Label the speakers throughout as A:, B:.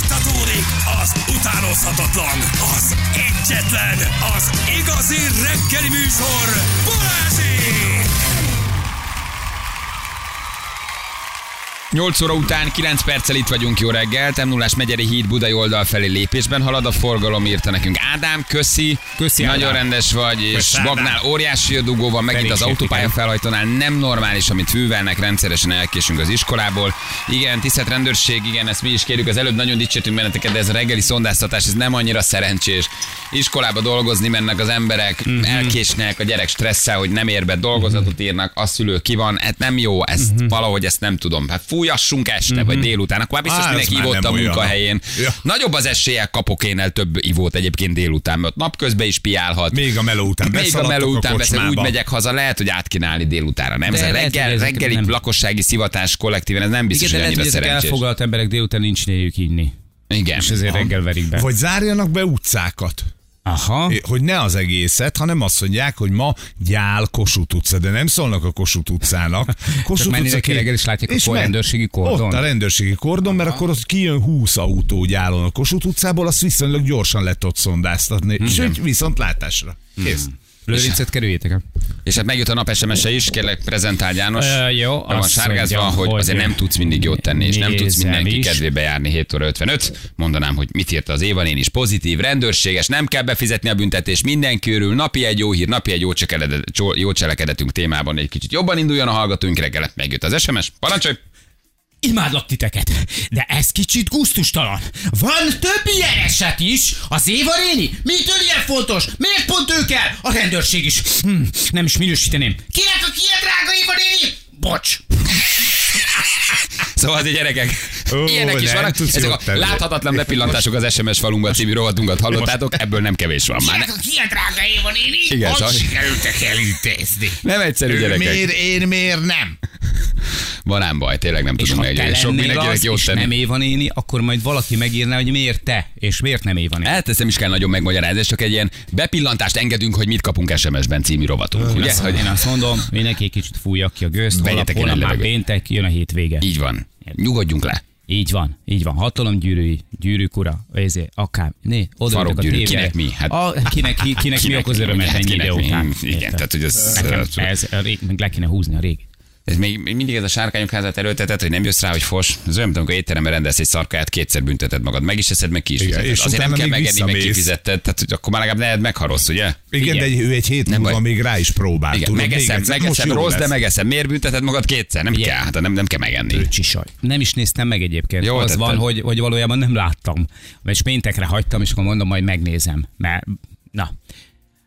A: Fújtatódik az utánozhatatlan, az egyetlen, az igazi reggeli műsor, Balázsi!
B: 8 óra után 9 perccel itt vagyunk, jó reggel. m 0 Megyeri híd Budai oldal felé lépésben halad a forgalom, írta nekünk Ádám, köszi.
C: Köszi,
B: Nagyon
C: Ádám.
B: rendes vagy, és
C: Köszi, Ádám.
B: Bagnál óriási a dugó van, megint
C: Felé
B: az
C: is értik
B: autópálya
C: el.
B: felhajtónál nem normális, amit fűvelnek, rendszeresen elkésünk az iskolából. Igen, tisztelt rendőrség, igen, ezt mi is kérjük. Az előbb nagyon dicsértünk benneteket, de ez a reggeli szondáztatás, ez nem annyira szerencsés. Iskolába dolgozni mennek az emberek,
C: Mhm.
B: mm-hmm. elkésnek, a gyerek stresszel, hogy nem ér be, dolgozatot írnak, a szülő ki van, hát nem jó, ezt
C: Mhm.
B: mm-hmm. valahogy ezt nem tudom. Hát fújassunk este, mm-hmm. vagy délután, akkor már biztos
C: Á,
B: Á,
C: ez
B: mindenki
C: már
B: ivott a
C: nem olyan.
B: munkahelyén. Ja.
C: Ja.
B: Nagyobb az eséllyel kapok én el több ivót egyébként délután, mert napközben is piálhat.
C: Még a meló után
B: Még a
C: beszaladtok
B: meló után beszél,
C: kocsmába.
B: úgy megyek haza, lehet, hogy átkínálni délutára. Nem, ez a
D: lehet, hogy
B: reggel,
D: ezek
B: reggeli
D: nem.
B: lakossági szivatás kollektíven, ez nem biztos,
D: Igen, de
B: hogy
D: lehet,
B: annyira
D: hogy ezek
B: szerencsés.
D: elfoglalt emberek délután nincs idejük inni.
B: Igen.
D: És ezért reggel verik be.
C: Vagy zárjanak be utcákat.
D: Aha.
C: Hogy ne az egészet, hanem azt mondják, hogy ma gyál Kossuth utca, de nem szólnak a Kossuth utcának. Kossuth
D: mennének ki
C: ki-
D: reggel, és látják, akkor
C: men-
D: rendőrségi kordon.
C: Ott a rendőrségi kordon, mert akkor ott kijön 20 autó gyálon a Kossuth utcából, azt viszonylag gyorsan lehet ott szondáztatni.
D: Hmm.
C: És hogy viszont látásra. Kész.
D: Lőrincet kerüljétek el.
B: És hát megjött a nap SMS-e is, kérlek, prezentál János.
D: Ö, jó,
B: Arra van
D: azt
B: sárgázva,
D: mondja,
B: hogy
D: hogy
B: azért nem tudsz mindig jót tenni, és nem tudsz
D: nézem
B: mindenki
D: is.
B: kedvébe járni 7 óra 55. Mondanám, hogy mit írta az Éva is pozitív, rendőrséges, nem kell befizetni a büntetés, mindenki örül, napi egy jó hír, napi egy jó, csekeledet, csó- jó cselekedetünk témában egy kicsit jobban induljon a hallgatóink reggel. Megjött az SMS, parancsolj!
D: Imádlak titeket, de ez kicsit gusztustalan. Van több ilyen eset is. Az Éva néni mitől ilyen fontos? Miért pont ő kell? A rendőrség is. Hm, nem is minősíteném. Kinek a ilyen drága Éva néni? Bocs.
B: Szóval azért gyerekek,
C: Ó,
B: ilyenek is
C: nem
B: vannak.
C: tudsz
B: Ezek a
C: jót tenni.
B: láthatatlan bepillantások az SMS falunkban című rovatunkat hallottátok, ebből nem kevés van már.
D: Kinek a ilyen drága Éva néni?
B: Igen,
D: Bocs.
B: Zsaj.
C: Sikerültek elintézni.
B: Nem egyszerű
C: Ő
B: gyerekek.
C: miért, én miért nem?
B: Van ám baj, tényleg nem
D: És
B: tudunk
D: ha te
B: meg. Sok
D: lennél
B: mindenkinek
D: az,
B: jót
D: és
B: tenni.
D: nem Éva néni, akkor majd valaki megírná, hogy miért te, és miért nem Éva néni.
B: Hát ezt nem is kell nagyon megmagyarázni, ez csak egy ilyen bepillantást engedünk, hogy mit kapunk SMS-ben című rovatunk. Ugye?
D: Ugye, hogy én azt mondom, mindenki egy kicsit fújja ki a gőzt, holnap,
B: Vegyetek el egy
D: holnap már
B: levegőt.
D: péntek, jön a hétvége.
B: Így van. Nyugodjunk le.
D: Így van, így van. Hatalomgyűrűi, gyűrűk ura, ezért, akár, né, oda ültek a
B: Farokgyűrű,
D: tévére.
B: kinek mi? Hát-
D: a, kinek, ki, kinek, kinek, mi okoz örömet
B: hát
D: ennyi
B: kinek
D: idő
B: mi?
D: után?
B: Igen,
D: Érted?
B: tehát hogy ez,
D: Nekem
B: ez,
D: ez, a rég, meg le kéne húzni a régi.
B: ez még még mindig ez a sárkányok házát erőltetett, hogy nem jössz rá, hogy fos. Ez olyan, mint amikor étteremben rendelsz egy szarkáját, kétszer bünteted magad, meg is eszed, meg ki is
C: Igen,
B: fizeted.
C: és
B: Azért nem
C: utána
B: kell
C: még
B: megenni, meg
C: visszamész.
B: kifizetted, tehát hogy akkor már legalább ne edd meg, ha rossz, ugye?
C: Igen, de
D: Igen.
C: egy, ő egy hét
B: Nem
C: múlva
B: baj.
C: még rá is próbál.
B: Igen,
C: tudod, még
B: megeszem,
C: egyszer. Most
B: megeszem,
C: jó
B: rossz, de
C: lesz.
B: megeszem. Miért bünteted magad kétszer? Nem
D: Igen.
B: kell, hát nem, nem kell megenni.
D: Csisaj. Nem is néztem meg egyébként.
B: Jól
D: Jól az
B: tetted.
D: van, hogy, hogy valójában nem láttam. És péntekre hagytam, és akkor mondom, majd megnézem. Mert, na,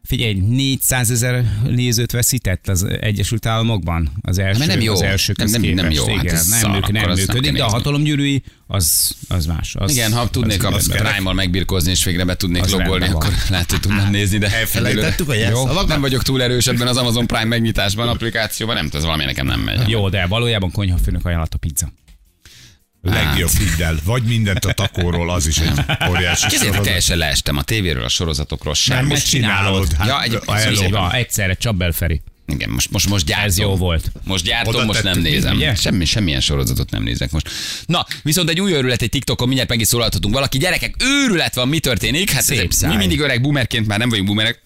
D: Figyelj, 400 ezer nézőt veszített az Egyesült Államokban az első,
B: Hát, Mert nem jó.
D: az első
B: Nem- nem- nem
D: képest.
B: jó. Hát
D: Igen,
B: ez szar,
D: nem, műk,
B: akkor
D: nem
B: azt nem
D: működik,
B: kell
D: de a
B: nézni.
D: hatalomgyűrűi az, az más. Az,
B: Igen, ha tudnék a
C: az kell.
B: Prime-mal megbirkózni, és végre be tudnék
D: Az
B: logolni,
D: rendben van.
B: akkor lehet, hogy tudnám nézni, de
C: Elfelejtettük a
B: Jó,
C: jelszavakat?
B: Nem vagyok túl erős ebben az Amazon Prime megnyitásban, applikációban, nem tudom, ez valami nekem nem megy.
D: Jó, de valójában konyhafőnök ajánlat a pizza.
C: Legjobb, hidd el. Vagy mindent a takóról, az is egy óriási
B: Ezért
C: sorozat.
B: teljesen leestem a tévéről, a sorozatokról
C: Nem,
B: sem.
C: most csinálod. Hát,
B: Ja, egy-
C: a
B: Hello.
D: Így
C: eló.
D: van, egyszerre Csabbel Feri.
B: Igen, most, most, most gyártom.
D: Ez jó volt.
B: Most gyártom,
C: Oda
B: most nem
C: tettük,
B: nézem.
D: ugye?
B: Semmi, semmilyen sorozatot nem nézek most. Na, viszont egy új őrület egy TikTokon, mindjárt meg is szólalhatunk valaki. Gyerekek, őrület van, mi történik? Hát
D: Szép
B: ez,
D: száj.
B: mi mindig öreg boomerként már nem vagyunk boomerek.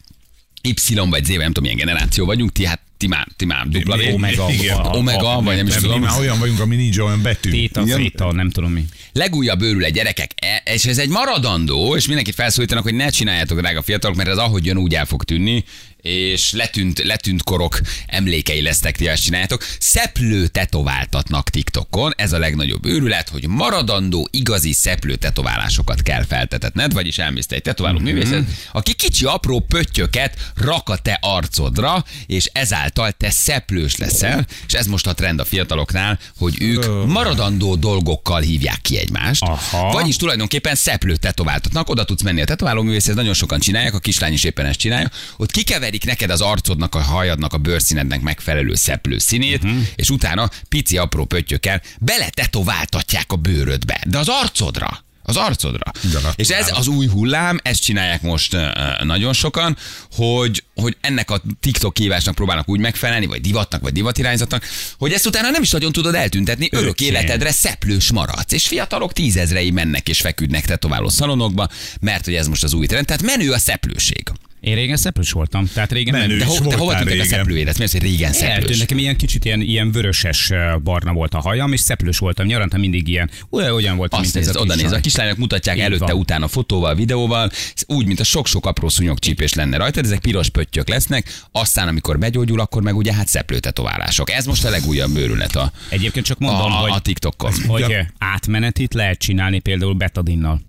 B: Y vagy Z, vagy nem tudom, milyen generáció vagyunk, ti hát ti már, ti már dupla
C: Mi-
B: V.
C: Omega.
B: Igen.
C: A-
B: Omega, vagy nem is
C: Mert mi
B: tudom.
C: már olyan vagyunk, ami nincs olyan betű.
D: Téta,
C: Igen?
D: féta, nem tudom mi.
B: Legújabb őrület gyerekek, e- és ez egy maradandó, és mindenkit felszólítanak, hogy ne csináljátok, drága fiatalok, mert ez ahogy jön, úgy el fog tűnni, és letűnt, letűnt korok emlékei lesznek, ti ezt csináljátok. Szeplő tetováltatnak TikTokon, ez a legnagyobb őrület, hogy maradandó, igazi szeplő tetoválásokat kell feltetetned, vagyis elmész te egy tetováló művészet, aki kicsi apró pöttyöket rak a te arcodra, és ezáltal te szeplős leszel, és ez most a trend a fiataloknál, hogy ők maradandó dolgokkal hívják ki egymást,
D: Aha.
B: vagyis és tulajdonképpen szeplőt tetováltatnak, oda tudsz menni a tetoválóművészhez, nagyon sokan csinálják, a kislány is éppen ezt csinálja. Ott kikeverik neked az arcodnak, a hajadnak, a bőrszínednek megfelelő szeplő színét, uh-huh. és utána pici apró pöttyökkel beletetováltatják a bőrödbe, de az arcodra. az arcodra.
C: Gyakorlatilag.
B: És ez az új hullám, ezt csinálják most ö, ö, nagyon sokan, hogy, hogy ennek a TikTok kívásnak próbálnak úgy megfelelni, vagy divatnak, vagy divatirányzatnak, hogy ezt utána nem is nagyon tudod eltüntetni, örök
D: Öcsém.
B: életedre szeplős maradsz. És fiatalok tízezrei mennek és feküdnek tetováló szalonokba, mert hogy ez most az új trend. Tehát menő a szeplőség.
D: Én régen szeplős voltam, tehát régen
C: Menő.
D: mentem.
B: De,
C: is
B: ho, de
C: voltál
B: hova tűnt a
C: régen.
B: szeplőédet? Mi az, hogy régen
D: Eltűnt,
B: szeplős?
D: nekem ilyen kicsit ilyen, ilyen vöröses ö, barna volt a hajam, és szeplős voltam nyaranta mindig ilyen. Olyan, olyan voltam,
B: Azt
D: mint ez
B: nézed,
D: a
B: oda
D: kis
B: néz. A
D: haj.
B: kislányok mutatják
D: Így
B: előtte,
D: van.
B: utána fotóval, videóval, ez úgy, mint a sok-sok apró szúnyogcsípés lenne rajta, ezek piros pöttyök lesznek, aztán amikor begyógyul, akkor meg ugye hát szeplőtetoválások. Ez most a legújabb bőrület a,
D: Egyébként csak
B: a,
D: mondom,
B: a,
D: hogy,
B: a TikTokon.
D: hogy ö, átmenetit lehet csinálni például betadinnal.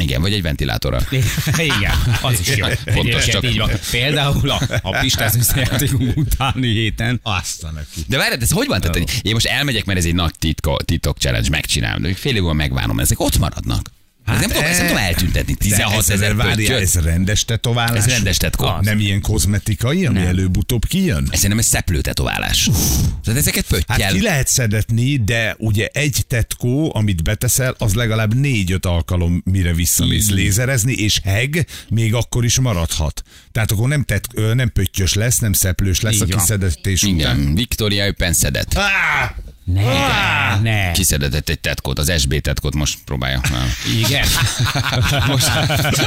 B: Igen, vagy egy ventilátorral.
D: Igen, az is jó.
B: Fontos
D: Egyébként
B: csak.
D: Így van. Például a, a Pistás visszajátékunk utáni héten.
C: Aztán neki.
B: De várjad, ez hogy van? Tehát, hogy én most elmegyek, mert ez egy nagy titka, titok challenge, megcsinálom, de még fél év múlva megvárom, ezek ott maradnak. Hát nem, tudom, ezt nem tudom eltüntetni. 16 ezer
C: várja,
B: pöttyöt.
C: e, ez rendes tetoválás.
B: Ez rendes tetkó. Az.
C: Nem ilyen kozmetikai, ami előbb-utóbb kijön?
B: Szerintem ez szeplőtetoválás. Tehát ezeket
C: Hát
B: pöttyel.
C: ki lehet szedetni, de ugye egy tetkó, amit beteszel, az legalább négy-öt alkalom, mire visszamész lézerezni, és heg még akkor is maradhat. Tehát akkor nem, tet, ö, nem pöttyös lesz, nem szeplős lesz
D: Így
C: a
D: van.
C: kiszedetés után.
B: Igen, Victoria Öpen szedett.
C: Á,
D: Ne,
C: E.
D: ne.
B: Kiszedett egy tetkót, az SB tetkót most próbálja. Nem.
D: Igen.
B: Most.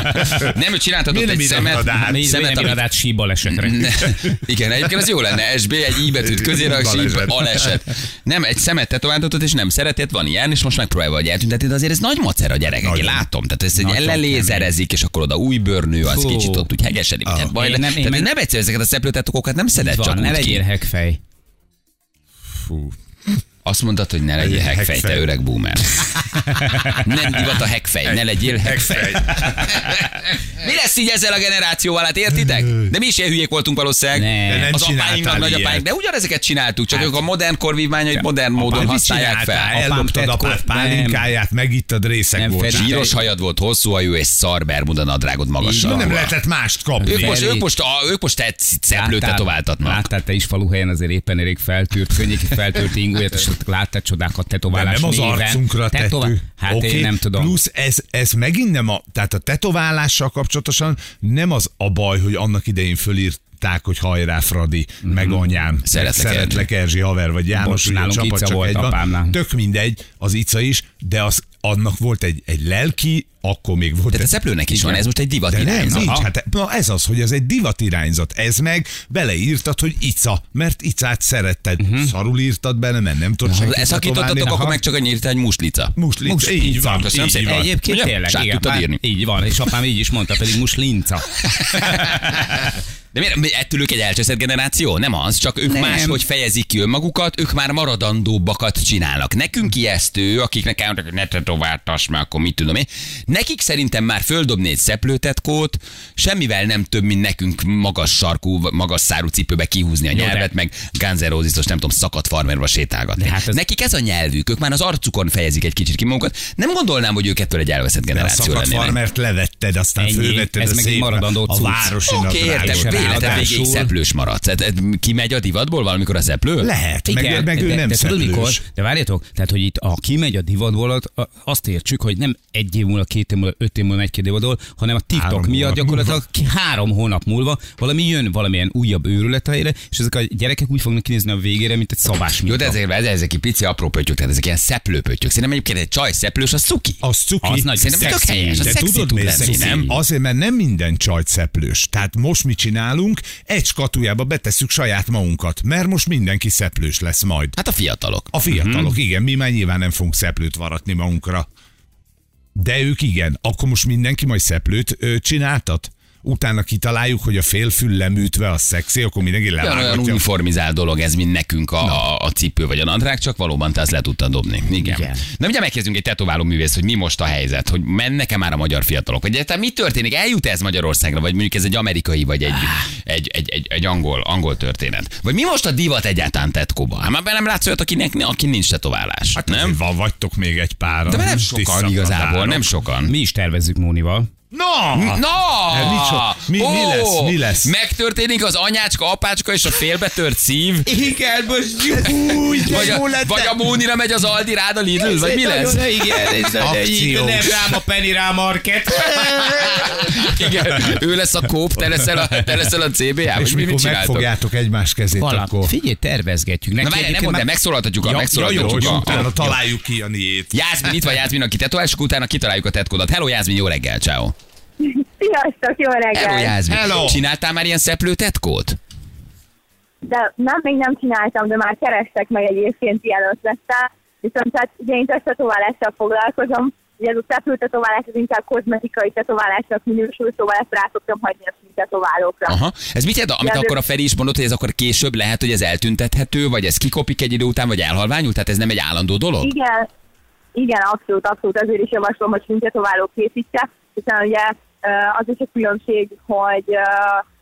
B: Nem, ő csináltatott
C: Miért nem
B: egy
C: írtad
B: szemet.
C: át?
D: Mi
B: Szemet,
D: nem
B: amit-
D: írod át síbal esetre.
B: Ne, igen, egyébként ez jó lenne. SB egy I betűt közére, és így
C: Baleset.
B: aleset. Nem, egy szemet tetováltatott, és nem szeretett, van ilyen, és most megpróbálja, hogy eltüntetni, de azért ez nagy macer a gyerekek, én
C: Nagyon.
B: látom. Tehát ezt egy
D: Nagyon
B: ellenlézerezik, és akkor oda új bőrnő, az
D: Fú.
B: kicsit ott úgy hegesedik, hogy hát baj
D: Én
B: le.
D: nem- én
B: Tehát
D: meg-
B: nem egyszerű ezeket a szeplőtetokókat nem szedett
D: Van,
B: csak
D: ne
B: úgy
D: legyél
B: ki.
D: hegfej.
C: fú.
B: Azt mondtad, hogy ne legyél
C: Legyél
B: hegfej, te
C: hegfej.
B: öreg boomer. Nem divat a hegfej, ne legyél hegfej. Mi lesz így ezzel a generációval, hát értitek? De mi is ilyen hülyék voltunk valószínűleg.
D: Ne. De
C: nem
B: Az apáinknak,
C: csináltál
B: nagyapáink,
C: ilyet. Hát
B: de ugyanezeket csináltuk, csak ők a modern korvívmányait modern módon
C: Mit
B: használják
C: csináltál?
B: fel.
C: Elloptad
D: tetkó-
C: apád
D: nem.
C: pálinkáját, megittad részek
D: Nem,
C: volt.
D: Feri-
B: Síros hajad volt, hosszú hajú és szar bermuda nadrágod magasan.
C: Nem lehetett mást kapni.
B: Ők most,
D: Feri.
B: ők most, a- ők most szeplőt
D: Láttál-
B: tetováltatnak.
D: Láttál te is faluhelyen azért éppen elég feltűrt, könnyéki feltűrt ingóját, és ott láttál csodákat
C: De
D: tetoválás
C: nem az
D: néven.
C: arcunkra
D: Tetova-
C: tettő.
D: Hát
C: Oké,
D: én nem tudom.
C: Plusz ez, ez megint nem a, tehát a tetoválással kapcsolatosan nem az a baj, hogy annak idején fölírták, hogy hajrá Fradi,
D: Mhm.
C: mm-hmm. meg anyám,
B: Szeretlek
C: meg szeretlek Erzsi haver, vagy János, ugye a
D: nálunk
C: csapat
D: Ica
C: csak
D: volt
C: egy
D: apámnál.
C: van. Tök mindegy, az Ica is, de az, annak volt egy, egy lelki, akkor még volt
B: Tehát a
C: egy
B: szeplőnek is van, ez most egy divat
C: de nem,
B: irányzat.
C: nincs.
D: Aha.
C: Hát, na ez az, hogy ez egy divatirányzat. Ez meg beleírtad, hogy ica, mert icát szeretted.
D: Mhm.
C: Uh-huh. Szarul írtad bele, mert nem tudod senki
B: Ezt
C: tetoválni,
B: szakítottatok,
C: ha-
B: akkor meg csak annyit egy muslica.
C: Muslic, így van,
B: Köszönöm
C: így
B: szépen.
C: van.
D: Egyébként
B: Ugye?
D: tényleg,
B: És át
D: igen,
B: tudtad
D: bár-
B: írni.
D: Így van, és apám így is mondta, pedig muslinca.
B: De miért, mi- ettől ők egy elcseszett generáció? Nem az, csak ők nem.
D: Nem.
B: máshogy fejezik ki önmagukat, ők már maradandóbbakat csinálnak. Nekünk ijesztő, akiknek elmondják, hogy ne tetováltass már, akkor mit tudom én. Nekik szerintem már földobni egy szeplőtetkót, semmivel nem több, mint nekünk magas sarkú, vagy magas szárú cipőbe kihúzni a
D: de-
B: nyelvet, meg Guns N' Roses-os, nem tudom, szakadt farmerba sétálgatni.
D: De hát
B: Hát ez...
D: ez-
B: Nekik ez a nyelvük, ők már az arcukon fejezik egy kicsit ki magukat. Nem gondolnám, hogy ők ettől egy elveszett
C: De a
B: generáció
C: szakadt
B: lennének.
C: farmert levetted, aztán
D: Ennyi,
C: fölvetted
D: ez
C: a
D: meg egy
C: szép-
D: maradandó
C: a
D: cucc.
C: városi
B: Oké, értem,
C: nadrágot.
B: véletlen
D: Ráadásul-
B: végéig szeplős maradsz. Hát, hát, Kimegy a divatból valamikor a szeplő?
C: Lehet, meg, meg ő
D: de,
C: nem
D: de tudod mikor?
C: szeplős.
D: De várjátok, tehát hogy itt a kimegy a divatból, ott a- azt értsük, hogy nem egy év múlva, két év múlva, öt év múlva, egy-két év múlva, hanem a TikTok
C: Három
D: miatt
C: hónap
D: gyakorlatilag ki három hónap múlva valami jön valamilyen újabb őrületeire, és ezek a gyerekek úgy fognak kinézni a végére, mint egy szabás
B: Jó,
D: minta.
B: de ezek, ezek, ezek egy pici apró pöttyök, tehát ezek ilyen szeplőpöttyök. Szerintem egyébként egy csaj szeplős, az cuki.
C: Az cuki.
D: Az nagy
B: Szerintem tök
D: szexi.
B: helyes, az
D: De
B: szexi
D: tudod,
B: tud
D: miért
B: lenni,
D: szexi?
B: nem?
C: Azért, mert nem minden csajt szeplős. Tehát most mi csinálunk, egy skatujába betesszük saját magunkat, mert most mindenki szeplős lesz majd.
B: Hát a fiatalok.
C: A fiatalok, igen, mi már nyilván nem fogunk szeplőt varatni magunkra. De ők igen, akkor most mindenki majd szeplőt ö, csináltat? Utána kitaláljuk, hogy a félfül leműtve a szexi, akkor mindenki
B: Olyan, olyan
C: levágatja.
B: uniformizált dolog ez, mint nekünk a, a, a cipő vagy a nadrág, csak valóban te azt le tudtad dobni. Igen. Igen.
D: Igen.
B: Na ugye megkezdünk egy tetováló művész, hogy mi most a helyzet, hogy mennek-e már a magyar fiatalok, vagy egyáltalán mi történik, eljut ez Magyarországra, vagy mondjuk ez egy amerikai, vagy egy, egy, egy, egy, egy angol, angol történet. Vagy mi most a divat egyáltalán tetkóba? Hát már be nem látsz olyat, akinek, aki nincs tetoválás. Hát
C: Nem?
B: nem?
C: Van, vagytok még egy páran.
B: De már nem
C: Tiszta
B: sokan igazából,
C: madárok.
B: nem sokan.
D: Mi is tervezzük Mónival.
C: Na!
B: Na!
C: E, micsoda? Mi- mi
B: Ó,
C: lesz? Mi lesz?
B: Megtörténik az anyácska, apácska és a félbetört szív?
D: Igen, most
B: Úgy,
D: de
B: vagy,
D: jó
B: a,
D: lett.
B: vagy a Mónira megy az Aldi rád a Lidl, vagy mi lesz?
D: Igen, és
C: Akció.
D: nem rám a Penny rám market.
B: Hát Igen, ő lesz a kóp, te leszel a, te leszel a CBA,
C: És
B: vagy mi mit
C: mikor
B: csináltok?
C: megfogjátok egymás kezét,
D: Valami.
C: akkor...
D: Figyelj, tervezgetjük. Neki
B: Na várj, nem
D: egyébként
B: mondd, el,
D: már-
B: megszólaltatjuk a,
D: Ja,
B: megszólaltatjuk
D: ja,
B: a-
D: jó,
B: a...
D: jó.
C: Utána találjuk ki a niét.
B: Jászmin, itt vagy Jászmin, aki tetovások utána kitaláljuk a tetkodat. Hello Jászmin, jó reggel, ciao.
E: Sziasztok, jó
B: Hello
E: reggel!
B: Jászmin.
C: Hello.
B: Csináltál már ilyen szeplő tetkót?
E: De nem, még nem csináltam, de már kerestek meg egyébként ilyen ötlettel. Viszont hát ugye én csak tetoválással foglalkozom, ugye ez a teplő tetoválás az inkább kozmetikai tetoválásnak minősül, szóval ezt rá szoktam hagyni a skin tetoválókra.
B: Aha. Ez mit jelent, amit
E: Ja, de-
B: akkor a Feri is mondott, hogy ez akkor később lehet, hogy ez eltüntethető, vagy ez kikopik egy idő után, vagy elhalványul? Tehát ez nem egy állandó dolog?
E: Igen, igen, abszolút, abszolút. Azért is javaslom, hogy skin tetováló készítse, hiszen ugye ö, az is a különbség, hogy ö,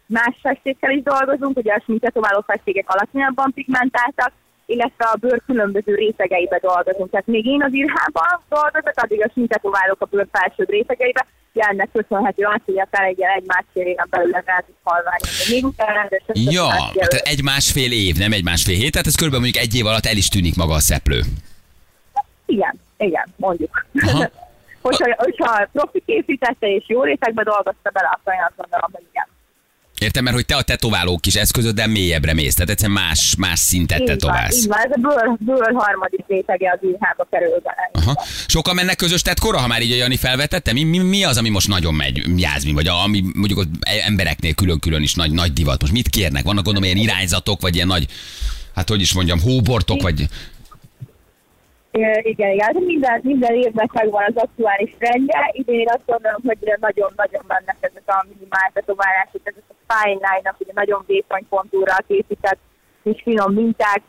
E: más festékkel is dolgozunk, ugye a skin tetováló festékek alacsonyabban pigmentáltak, illetve a bőr különböző rétegeibe dolgozunk. Tehát még én az irhában dolgozok, addig a skin tetoválók a bőr felső rétegeibe, de ennek köszönhető az, hogy akár egy ilyen egy-másfél éven belül rá tud halványozni. Még utána rendesen
B: Ja,
E: tetoválás
B: tehát
E: jelöl.
B: egy másfél év, nem egy másfél hét, tehát ez körülbelül mondjuk egy év alatt el is tűnik maga a szeplő.
E: Igen, igen, mondjuk.
B: Aha.
E: hogyha, hogyha profi készítette és jó részekbe dolgozta bele, akkor én azt gondolom, hogy igen.
B: Értem, mert hogy te a tetováló kis eszközöddel mélyebbre mész, tehát egyszerűen más, más szintet
E: Így van,
B: tetoválsz.
E: így van, ez a bőr, bőr harmadik rétege az írhába kerül bele.
B: Aha. Sokan mennek közös tetkora, ha már így a Jani felvetette? Mi, mi, mi az, ami most nagyon megy, Jászmin, vagy a, ami mondjuk ott e, embereknél külön-külön is nagy, nagy divat? Most mit kérnek? Vannak gondolom ilyen irányzatok, vagy ilyen nagy, hát hogy is mondjam, hóbortok, vagy...
E: Ö, Igen, igen, hát minden, minden évnek megvan az aktuális rendje. Idén én azt gondolom, hogy ugye nagyon-nagyon mennek ezek a minimál tetoválások, ezek a fine line ugye nagyon vékony kontúrral készített kis finom minták.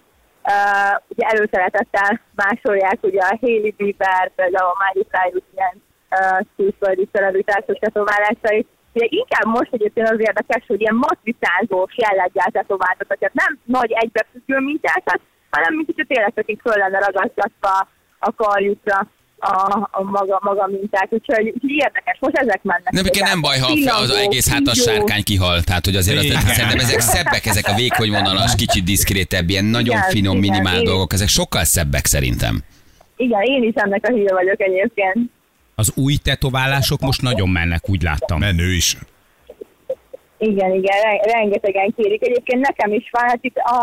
E: Uh, ugye előszeretettel másolják ugye a Hailey Bieber, például a Miley Cyrus ilyen uh, külföldi celebritások tetoválásait. Ugye inkább most egyébként az érdekes, hogy ilyen matricázós jelleggel tetováltatok, tehát nem nagy egybefüggő mintákat, hanem mint hogyha tényleg csak így föl lenne ragasztatva a karjukra a, a maga, maga mintát. Úgyhogy, úgyhogy érdekes, most ezek mennek.
B: Nem, egyébként nem baj, ha a- az egész hátas sárkány kihal. Tehát, hogy azért az,
D: Igen.
B: szerintem ezek szebbek, ezek a vékony vonalas, kicsit diszkrétebb, ilyen nagyon
E: Igen,
B: finom,
E: igen,
B: minimál
E: én-
B: dolgok. Ezek sokkal szebbek szerintem.
E: Igen, én is ennek a híve vagyok egyébként.
D: Az új tetoválások most nagyon mennek, úgy láttam.
C: Menő is.
E: Igen, igen, re- rengetegen kérik. Egyébként nekem is van, hát itt a,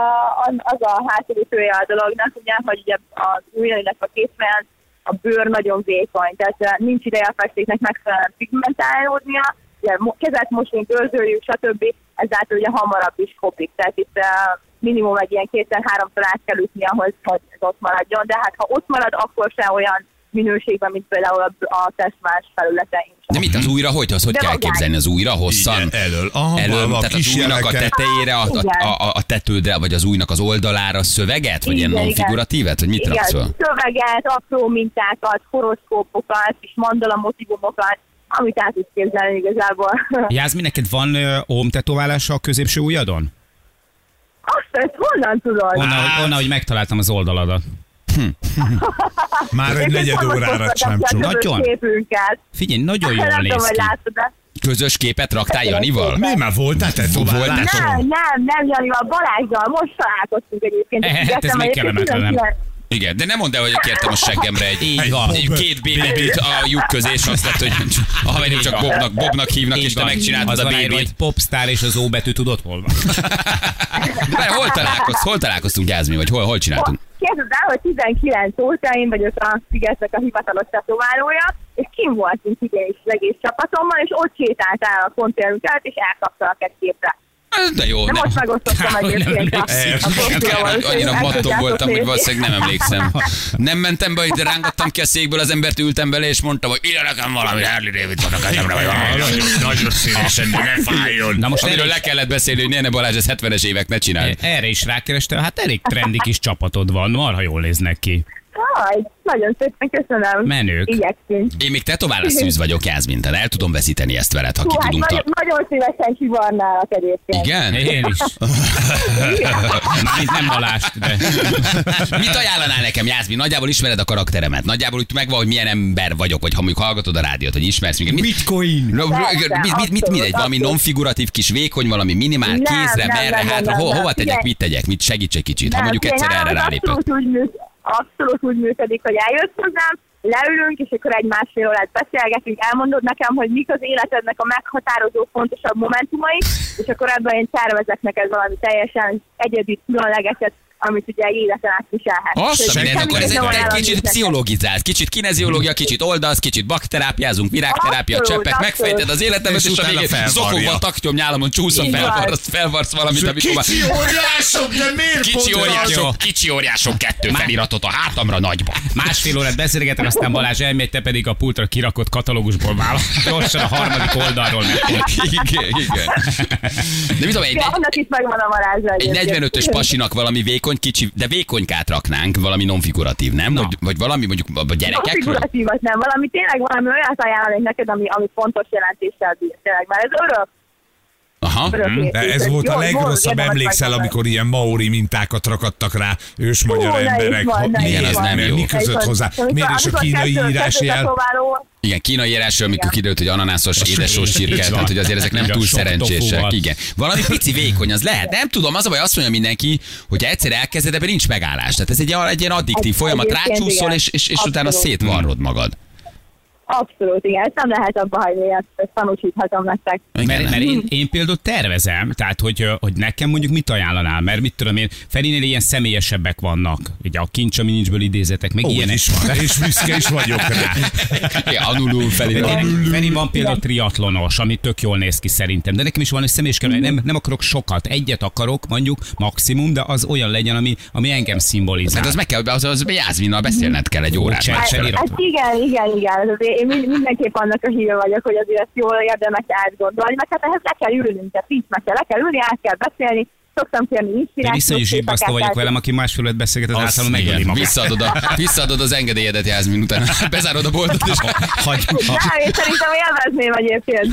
E: a, az a hátulütője a dolognak, ugye, hogy ugye az újra, illetve a készfejlen a bőr nagyon vékony, tehát eh, nincs ideje a festéknek megfelelően pigmentálódnia, ugye, mo- kezet mosunk, görzöljük, stb. Ezáltal ugye hamarabb is kopik, tehát itt eh, minimum egy ilyen kétszer-háromszor át kell ütni ahhoz, hogy ez ott maradjon, de hát ha ott marad, akkor se olyan minőségben, mint például a, a test más felületein. sem.
B: De mit az újra, hogy az, hogy
E: De
B: kell
E: magány.
B: képzelni az újra, hosszan?
C: Igen, elől. Aha,
B: elől,
C: valahol
B: tehát az
C: kis
B: újnak a
C: jeleken.
B: tetejére, a,
E: Igen.
B: a, a, a tetődre, vagy az újnak az oldalára szöveget, vagy ilyen
E: Igen,
B: non-figuratívet, hogy mit
E: Igen,
B: raksz fel?
E: szöveget, apró mintákat, horoszkópokat és mandala motivumokat, amit át tudsz képzelni igazából.
D: Jászmi, neked van ö, óm tetoválása a középső ujjadon?
E: Azt ezt honnan tudod?
D: Onnan,
B: Hát-
D: hogy, onnan, hogy megtaláltam az oldaladat.
C: Már egy
E: Egyébként
C: negyed
E: sokat
C: órára
E: hozgatják
C: csámcsó.
E: a közös
D: Nagyon?
E: képünket.
D: Figyelj, nagyon jól
E: Nem tudom,
D: néz ki.
E: hogy látod -e.
B: Közös képet raktál Janival?
C: Mi már voltál te
B: Voltál.
D: Hát
C: tovább?
E: Nem, nem, nem, Janival, Balázsgal, most találkoztunk egyébként.
D: Eh, hát ez
E: Figyeltem,
D: még
E: egyébként
D: kellemetlen,
E: 19
B: Igen, de nem mondd el, hogy kértem a seggemre egy,
D: Így van.
B: egy két bébét a lyuk közé, és azt lett, hogy ha nem csak Bobnak, Bobnak hívnak, és te megcsináltad
D: az
B: a
D: van írva,
B: bébét.
D: hogy popstar és az O betű tudod hol van.
B: De várj, hol, találkoz, hol találkoztunk, Jászmin, vagy hol, hol
D: Hát-
B: csináltunk?
E: Képzeld el, hogy 19 óta én vagyok a Szigetnek a hivatalos tetoválója, és kim voltunk idén is az egész csapatommal, és ott sétáltál a konténerünket, és elkaptalak egy képre.
B: De jó,
E: De
B: nem.
E: most megosztottam
D: Kár, hogy nem
E: egyébként a,
D: emlékszik.
E: a
B: Kár,
E: profilomon, úgyhogy
B: hát annyira
E: el
B: mattom
E: Hát, tudjátok
B: voltam, hogy
E: nézni.
B: valószínűleg nem emlékszem. Nem mentem be, hogy rángattam ki a székből, az embert ültem bele, és mondtam, hogy ide nekem valami Harley Davidson a kezemre, vagy valami nagyon, nagyon szívesen, de ne fájjon.
D: Na most e,
B: Amiről
D: erre
B: le
D: is-
B: kellett beszélni, hogy ne, ne Balázs, ez 70-es évek, ne csináld.
D: Erre is rákerestem, hát elég trendi kis csapatod van, marha jól néznek ki.
E: Jaj, nagyon szépen köszönöm.
D: Menők.
E: Igyekszünk.
B: Én még tetoválás szűz vagyok, Jászminten. El tudom veszíteni ezt veled, ha ki
E: Hú, hát
B: tudunk.
E: nagyon,
B: Ta-
E: nagyon szívesen kivarnálak egyébként.
B: igen?
D: Én is. Mármint nem Balást, de...
B: Mit ajánlanál nekem, Jászmin? Nagyjából ismered a karakteremet. Nagyjából úgy megvan, hogy milyen ember vagyok, vagy ha mondjuk hallgatod a rádiót, vagy ismersz minket. Mit,
D: Bitcoin.
B: No,
E: Persze,
B: mit, mit, mit,
E: abszolút,
B: mindegy, valami
E: abszolút.
B: nonfiguratív kis vékony, valami minimál,
E: Nem,
B: kézre,
E: nem,
B: merre,
E: nem,
B: hátra,
E: nem,
B: ho-
E: nem.
B: hova tegyek,
E: Figyelj.
B: mit tegyek, mit segíts egy kicsit, ha
E: Nem,
B: mondjuk egyszer
E: például
B: erre
E: az
B: rálépek.
E: Abszolút úgy, műk, abszolút úgy működik, hogy eljössz hozzám, leülünk, és akkor egy másfél órát beszélgetünk, elmondod nekem, hogy mik az életednek a meghatározó, fontosabb momentumai, és akkor ebben én tervezek neked valami teljesen egyedi, különlegeset, amit ugye életen át viselhetsz.
B: Azt a
E: Sőt,
B: mindent,
E: semmi
B: akkor ez
E: nem
B: egy,
E: olyan,
B: egy
E: amit
B: kicsit
E: neked.
B: pszichologizálsz, kicsit kineziológia, kicsit oldalsz, kicsit bakterápiázunk, virágterápia,
E: Abszolút,
B: csöppek,
E: abszolút.
B: megfejted az életemet,
C: És
B: és, a
C: utána
B: végén
C: felvarja.
B: zokogva taktyom nyálamon csúszom,
E: Így van.
B: felvarsz, felvarsz valamit, amikor már
C: Kicsi óriások, de miért
B: kicsi
C: pont rajta?
B: óriások, kicsi óriások kettő feliratot a hátamra nagyba.
D: Másfél órát beszélgetem, aztán Balázs elmegy, te pedig a pultra kirakott katalógusból vállal. Gyorsan a harmadik oldalról meg.
B: Igen, igen. De mit tudom, én,
E: Ja,
B: egy,
E: annak is megvan a varázsa.
B: Egy
E: egyébként.
B: 45-ös pasinak valami vékony, kicsi, de vékonykát raknánk, valami nonfiguratív, nem? Vagy, vagy valami mondjuk a gyerekekről?
E: Konfiguratívat nem, valami tényleg valami olyat ajánlanék neked, ami, ami fontos jelentéssel bír. Tényleg, mert ez örök.
B: Aha. Mhm.
E: örök
C: De ez volt a legrosszabb, emlékszel, amikor ilyen maori mintákat rakadtak rá ősmagyar
E: Hú, ne is
C: emberek.
E: van, ne is
C: Miért?
B: van.
C: Mert
B: Igen, az
C: Mi
B: nem
C: között hozzá? Miért is a kínai írás jel?
B: Igen, kínai írásról, amikor kiderült, hogy ananászos, édesós
D: így
B: csirke,
D: van.
B: tehát hogy azért ezek nem
D: Igen,
B: túl
D: sok
B: szerencsések.
D: tofúval.
B: Igen. Valami pici vékony, az lehet. Nem tudom, az a baj, azt mondja mindenki, hogy ha egyszer elkezded, ebben nincs megállás. Tehát ez egy, ilyen- egy ilyen addiktív
E: Egy-
B: folyamat,
E: egyébként
B: rácsúszol,
E: igen.
B: és, és, és utána
E: Abszolút.
B: szétvarrod magad.
E: Abszolút, igen, ezt nem lehet abba hagyni, ezt, ezt tanúsíthatom nektek.
B: Igen,
D: Mert,
B: nem?
D: mert én, én például tervezem, tehát hogy, ö, hogy nekem mondjuk mit ajánlanál, mert mit tudom én, Ferinél ilyen személyesebbek vannak, ugye a kincs, ami nincsből idézetek, meg
C: Úgy
D: ilyenek.
C: is van, és büszke is vagyok rá.
B: Igen, Anulul
D: Feri-
B: felé.
D: Feri van például triatlonos, ami tök jól néz ki szerintem, de nekem is van egy személyes kell, nem, nem akarok sokat, egyet akarok mondjuk maximum, de az olyan legyen, ami, ami engem szimbolizál.
B: Hát az meg kell, az, az Jászminnal beszélned kell egy órát.
D: Bocsánat,
B: másfél.
D: feliratom.
E: Hát igen, igen, igen, azért én mind- mindenképp annak a híve vagyok, hogy azért ezt jól érdemes átgondolni, mert hát ehhez le kell ülnünk, tehát így meg kell, le kell ülni, át kell beszélni, szoktam kérni
D: Én
E: inspirációt.
D: iszonyú zsibbasztó vagyok
E: képeket,
D: velem, aki másfél órát beszélget, az általában megöli
B: Igen,
D: magát.
B: visszaadod, a, visszaadod az engedélyedet, Jászmin, utána bezárod a boltot, és hagy.
E: Nem, én szerintem élvezném egyébként.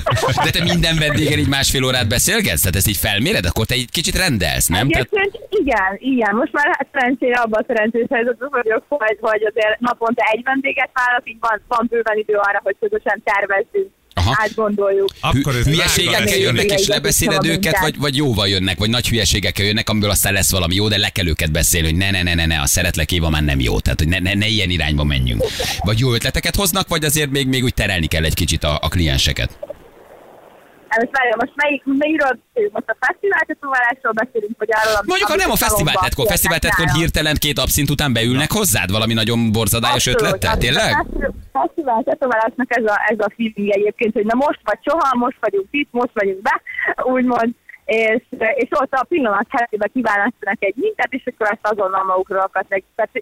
B: De te minden vendégen így másfél órát beszélgetsz? Tehát ezt így felméred? Akkor te egy kicsit rendelsz,
E: Hát,
B: nem? Tehát,
E: Egyébként igen, igen. Most már hát szerencsére abban a szerencsés helyzetben vagyok, hogy, hogy azért naponta egy vendéget vállalok, így van, van bőven idő arra, hogy közösen tervezzünk,
B: Aha.
E: átgondoljuk.
C: Akkor ez drága
B: hülyeségekkel
C: lesz.
B: jönnek és
E: Igen,
B: lebeszéled
E: igen,
B: őket,
E: igen.
B: vagy, vagy jóval jönnek, vagy nagy hülyeségekkel jönnek, amiből aztán lesz valami jó, de le kell őket beszélni, hogy ne, ne, ne, ne, ne a szeretlek Éva már nem jó, tehát hogy ne, ne, ne ilyen irányba menjünk. Vagy jó ötleteket hoznak, vagy azért még, még úgy terelni kell egy kicsit a, a klienseket.
E: Hát most várjál, most melyik, melyikről beszélünk? Most a fesztivál tetoválásról beszélünk, vagy arról, amit-
B: Mondjuk, ha
E: amit
B: nem a fesztivál
E: szalomban
B: tetkó, fesztivál
E: kérnek
B: tetkón
E: nálam.
B: hirtelen két abszint után beülnek hozzád valami nagyon borzadályos
E: Abszolút,
B: ötlettel,
E: abszolút. Hát,
B: tényleg?
E: A fesztivál tetoválásnak ez a, ez a feeling egyébként, hogy na most vagy soha, most vagyunk itt, most vagyunk be, úgymond, és, és ott a pillanat hetében kiválasztanak egy mintát, és akkor azt azonnal magukra akadnak. Tehát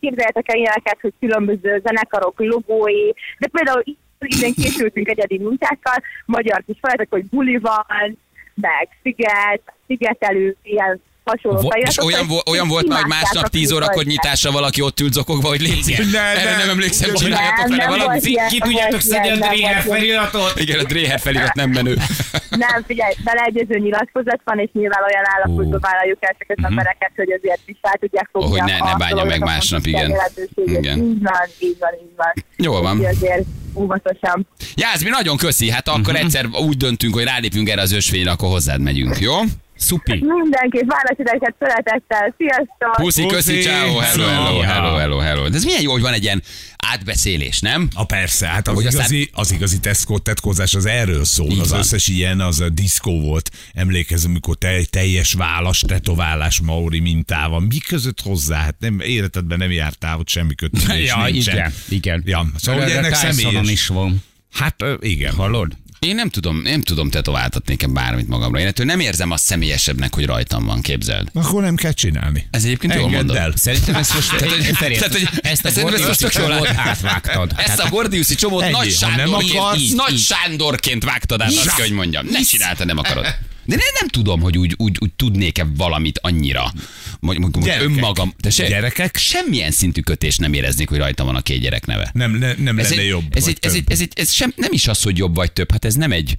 E: képzeljetek el ilyeneket, hogy különböző zenekarok logói, de például itt- idén készültünk egyedi mintákkal, magyar kis feladatok, hogy buli van, meg sziget, szigetelő, ilyen hasonló
B: Vo- és
E: feliratok,
B: olyan,
E: és
B: vo- olyan volt már, hogy
E: imádták
B: másnap
E: a
B: 10
E: külföldiek.
B: órakor nyitásra valaki ott ült zokogva, hogy légy szíves.
C: Ne,
B: Erre
C: ne.
B: nem emlékszem,
C: Nem,
B: csináljatok
E: nem
B: vele
E: volt
B: valamit.
E: ilyen.
D: Ki tudjátok szedni a
E: Nem,
D: Dreher
E: nem, nem.
D: feliratot?
B: Igen, a Dréher felirat nem menő.
E: Nem, figyelj, beleegyező nyilatkozat van, és nyilván olyan állapotba vállaljuk el ezeket az embereket, hogy azért is fel tudják fogni.
B: Ó, hogy Mhm. ne-
E: a-
B: ne
E: a
B: bánja
E: dolognak
B: meg
E: a
B: másnap,
E: fontos
B: igen.
E: jelentőségét.
B: Igen.
E: Így van, így van, így van.
B: Jól van.
E: Úgyhogy Azért óvatosan.
B: Jászmi, nagyon köszi. Hát
C: Mhm.
B: akkor egyszer úgy döntünk, hogy rálépünk erre az ösvényre, akkor hozzád megyünk, jó?
D: Szupi.
E: Mindenképp válasz ideket szeretettel. Sziasztok!
B: Puszi,
C: Puszi.
B: köszi, ciao, hello, hello, hello, hello, hello. De ez milyen jó, hogy van egy ilyen átbeszélés, nem?
C: A persze, hát az
B: Hogy aztán-
C: igazi, az igazi teszkó, tetkózás az erről szól.
B: Így
C: az
B: van.
C: összes ilyen, az a diszkó volt. Emlékezem, amikor te, teljes válasz, tetoválás maori mintával. Mi között hozzá? Hát nem, életedben nem jártál ott semmi kötődés
D: Ja,
C: nincsen.
D: igen, igen.
C: Ja, szóval ugye
D: Erre
C: ennek
D: Tysonon
C: személyes.
D: is van.
C: Hát ö, igen. Hallod?
B: Én nem tudom, nem tudom tetováltatni nekem bármit magamra. Én ettől nem érzem azt személyesebbnek, hogy rajtam van, képzeld.
C: Akkor nem kell csinálni.
B: Ez egyébként jól
C: Engedd
B: mondod.
C: el.
D: Szerintem ezt most
B: Tehát, hogy-
D: Feri,
B: tehát, hogy-
D: ezt
B: szerintem
D: a
B: ezt most
D: Gordiusi
B: tök jól
D: csomót
B: át-
D: átvágtad.
B: Ezt a Gordiuszi csomót
C: Ennyi,
B: nagy
C: ha nem
B: sándorként,
C: akarsz,
B: így,
C: így,
B: nagy
C: így.
B: sándorként vágtad át, azt kell, hogy mondjam. Ne csinálta, nem akarod. De nem, nem tudom, hogy úgy, úgy, úgy tudnék-e valamit annyira. Mondjuk, mondjuk
C: Gyerekek.
B: önmagam. Tessék?
C: Gyerekek?
B: Semmilyen szintű kötés nem éreznék, hogy rajta van a két gyerek neve.
C: Nem, ne, nem
B: Ez
C: lenne
B: egy,
C: jobb.
B: Ez,
C: vagy
B: egy, ez,
C: több.
B: egy, ez, egy, ez sem, nem is az, hogy jobb vagy több, hát ez nem egy...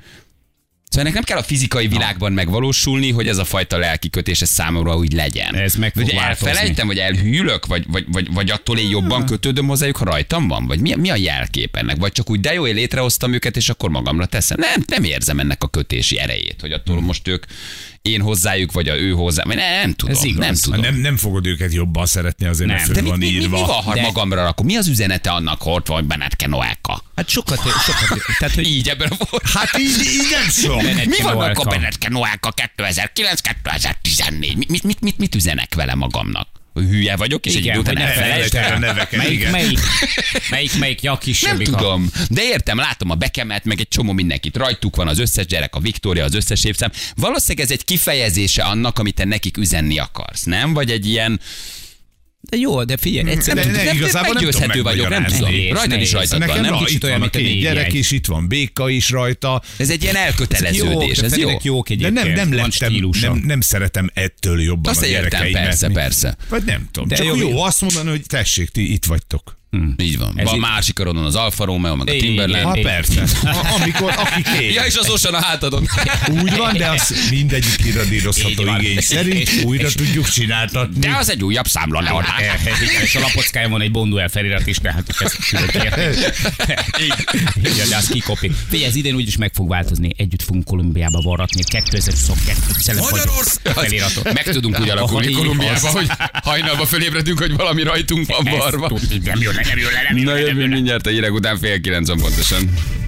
B: Szóval ennek nem kell a fizikai világban megvalósulni, hogy ez a fajta lelki kötés ez számomra úgy legyen.
D: Ez meg fog
B: vagy
D: változni.
B: elfelejtem, vagy elhűlök, vagy, vagy, vagy, vagy attól én jobban kötődöm hozzájuk, ha rajtam van? Vagy mi, mi a jelkép ennek? Vagy csak úgy, de jó, én létrehoztam őket, és akkor magamra teszem. Nem, nem érzem ennek a kötési erejét, hogy
D: Hmm.
B: attól most ők én hozzájuk, vagy a ő hozzá. Nem, nem tudom,
D: Ez igaz.
B: nem tudom.
C: Hát Nem, nem fogod őket jobban szeretni, azért
D: Nem.
C: mert föl
B: de mi,
C: van
B: mi, mi, mi
C: írva.
B: van, ha
D: De-
B: magamra rakom? Mi az üzenete annak, hogy ott van Benátke Noáka?
D: Hát sokat, sokat. Tehát, hogy
B: Így ebben a formában.
C: Hát így, így nem sok.
B: Hát, Mi van
D: Noelka.
B: akkor Benetke Noáka 2009-2014? Mit, mit, mit, mit, mit üzenek vele magamnak? Hogy Hülye vagyok, és
D: Igen,
B: egy idő után
D: hogy ne
B: elfelejtem.
D: felejtsd
C: Felejtsd el a neveket,
D: melyik,
C: igen.
D: melyik, melyik, melyik, ja,
B: Nem
D: kisebbik. a-
B: tudom, de értem, látom a bekemet, meg egy csomó mindenkit. Rajtuk van az összes gyerek, a Viktória, az összes évszám. Valószínűleg ez egy kifejezése annak, amit te nekik üzenni akarsz, nem? Vagy egy ilyen,
D: De jó, de figyelj, egyszer
C: De-
D: nem
C: de-
D: tudom.
B: nem,
C: igazából nem
B: meggyőzhető
C: tudom
B: vagyok, nem
C: megmagyarázni.
B: tudom.
D: Nehéz,
B: Rajtad is
D: nehéz.
B: rajtad
C: Nekem
B: van, nem?
C: van,
D: Kicsit
C: itt
D: olyan,
C: van a
D: mint a
C: két
D: négy
C: gyerek
D: egy.
C: is, itt van béka is rajta.
B: Ez egy ilyen elköteleződés,
D: Jók,
B: ez jó.
D: Ferinek jók
C: De
D: egyébként.
C: nem, nem,
D: van
C: lettem,
D: stílusa.
C: nem, nem szeretem ettől jobban
B: Azt
C: a
B: értem,
C: gyerekeimet.
B: persze, persze.
C: Vagy nem tudom.
D: De
C: De csak
D: jó,
C: jó,
D: jó.
C: jó azt mondani, hogy tessék, ti itt vagytok.
B: Így van.
D: Hm. Ez
B: Van
D: így-
B: másik oldalon az Alfa Romeo, meg a
D: Igen.
B: Timberland.
C: Ha Hát persze. A- Amikor, aki kér.
B: Ja, és az Ocean a hátadon.
C: Úgy van, de az mindegyik
D: Így
C: kiradírozható
D: van.
C: igény szerint újra tudjuk csináltatni.
B: De az egy újabb számla, ne
D: Eh, eh, igen, és a lapockáján van egy Bonduel felirat is, tehát ezt tudod érteni. Igen, de az kikopi. Figyelj, ez idén úgyis meg fog változni. Együtt fogunk Kolumbiába varratni. 2022 szelet
A: Magyarország-
D: feliratot.
B: Meg tudunk úgy alakulni
D: Ahogy
B: Kolumbiába,
D: az.
B: hogy hajnalba fölébredünk, hogy valami rajtunk van
D: Ez
B: barva.
D: tud- Nem jön le, nem jön le, nem jön
B: Na
D: le, nem jön
B: jövünk
D: le.
B: mindjárt a hírek után fél kilencen pontosan.